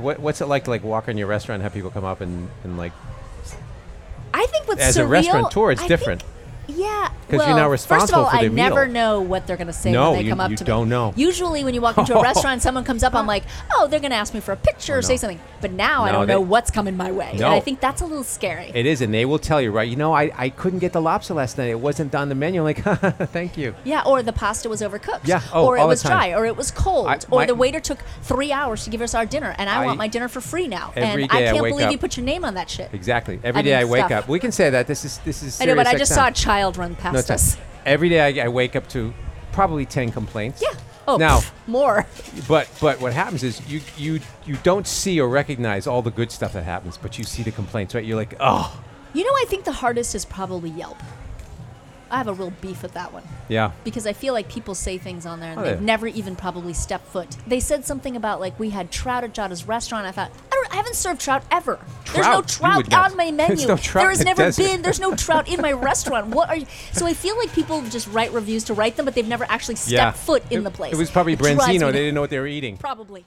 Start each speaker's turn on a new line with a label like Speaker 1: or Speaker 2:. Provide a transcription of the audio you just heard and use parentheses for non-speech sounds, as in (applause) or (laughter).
Speaker 1: what, what's it like to like walk in your restaurant and have people come up and, and like
Speaker 2: I think what's
Speaker 1: as a
Speaker 2: surreal-
Speaker 1: restaurateur, it's
Speaker 2: I
Speaker 1: different.
Speaker 2: Think, yeah,
Speaker 1: 'Cause you're
Speaker 2: well,
Speaker 1: now
Speaker 2: First of
Speaker 1: responsible
Speaker 2: all,
Speaker 1: for
Speaker 2: I
Speaker 1: their meal.
Speaker 2: never know what they're going to say
Speaker 1: No,
Speaker 2: when they
Speaker 1: you-
Speaker 2: come up
Speaker 1: you
Speaker 2: to me.
Speaker 1: don't know. Oh.
Speaker 2: Usually, when you walk
Speaker 1: (laughs)
Speaker 2: into a restaurant, someone comes up, I'm like, oh, they're going to ask me for a picture or
Speaker 1: no.
Speaker 2: say something. But now I
Speaker 1: No,
Speaker 2: don't
Speaker 1: they-
Speaker 2: know what's coming my way,
Speaker 1: No.
Speaker 2: and I think that's a little scary.
Speaker 1: It is, and they will tell you, right? You know, I, I couldn't get the lobster last night. It wasn't on the menu. I'm like, (laughs) thank you.
Speaker 2: yeah, or the pasta was overcooked.
Speaker 1: Yeah, oh,
Speaker 2: or it
Speaker 1: all the
Speaker 2: was
Speaker 1: time.
Speaker 2: dry, or it was cold,
Speaker 1: I-
Speaker 2: or
Speaker 1: my-
Speaker 2: the waiter took three hours to give us our dinner, and I,
Speaker 1: I-
Speaker 2: want my dinner for free now.
Speaker 1: Every
Speaker 2: and
Speaker 1: day I
Speaker 2: I can't
Speaker 1: wake
Speaker 2: believe
Speaker 1: up-
Speaker 2: you put your name on that shit.
Speaker 1: Exactly. Every
Speaker 2: I
Speaker 1: day
Speaker 2: mean,
Speaker 1: I wake
Speaker 2: stuff.
Speaker 1: up. We can say that. This is this is.
Speaker 2: I know, but
Speaker 1: serious
Speaker 2: I just
Speaker 1: XM.
Speaker 2: saw a child run past
Speaker 1: No, it's
Speaker 2: us.
Speaker 1: not. Every day I, I wake up to probably ten complaints.
Speaker 2: Yeah. Oh,
Speaker 1: now,
Speaker 2: pff, more.
Speaker 1: but but what happens is you you you don't see or recognize all the good stuff that happens, but you see the complaints, right? You're like, oh,
Speaker 2: You know, I think the hardest is probably Yelp. I have a real beef with that one
Speaker 1: yeah.
Speaker 2: because I feel like people say things on there and
Speaker 1: Oh,
Speaker 2: they've
Speaker 1: yeah.
Speaker 2: never even probably stepped foot. They said something about like we had trout at Jada's restaurant. I thought I, don't, I haven't served trout ever. There's no
Speaker 1: Trout? You would
Speaker 2: trout
Speaker 1: not.
Speaker 2: on my
Speaker 1: (laughs) There's
Speaker 2: menu.
Speaker 1: no trout
Speaker 2: there has
Speaker 1: in the
Speaker 2: never
Speaker 1: desert.
Speaker 2: been.
Speaker 1: (laughs)
Speaker 2: There's no trout in my restaurant. What are you? So I feel like people just write reviews to write them, but they've never actually stepped
Speaker 1: yeah.
Speaker 2: foot in
Speaker 1: It-
Speaker 2: the place.
Speaker 1: It was probably
Speaker 2: drives me
Speaker 1: branzino. They
Speaker 2: nuts.
Speaker 1: didn't know what they were eating.
Speaker 2: Probably.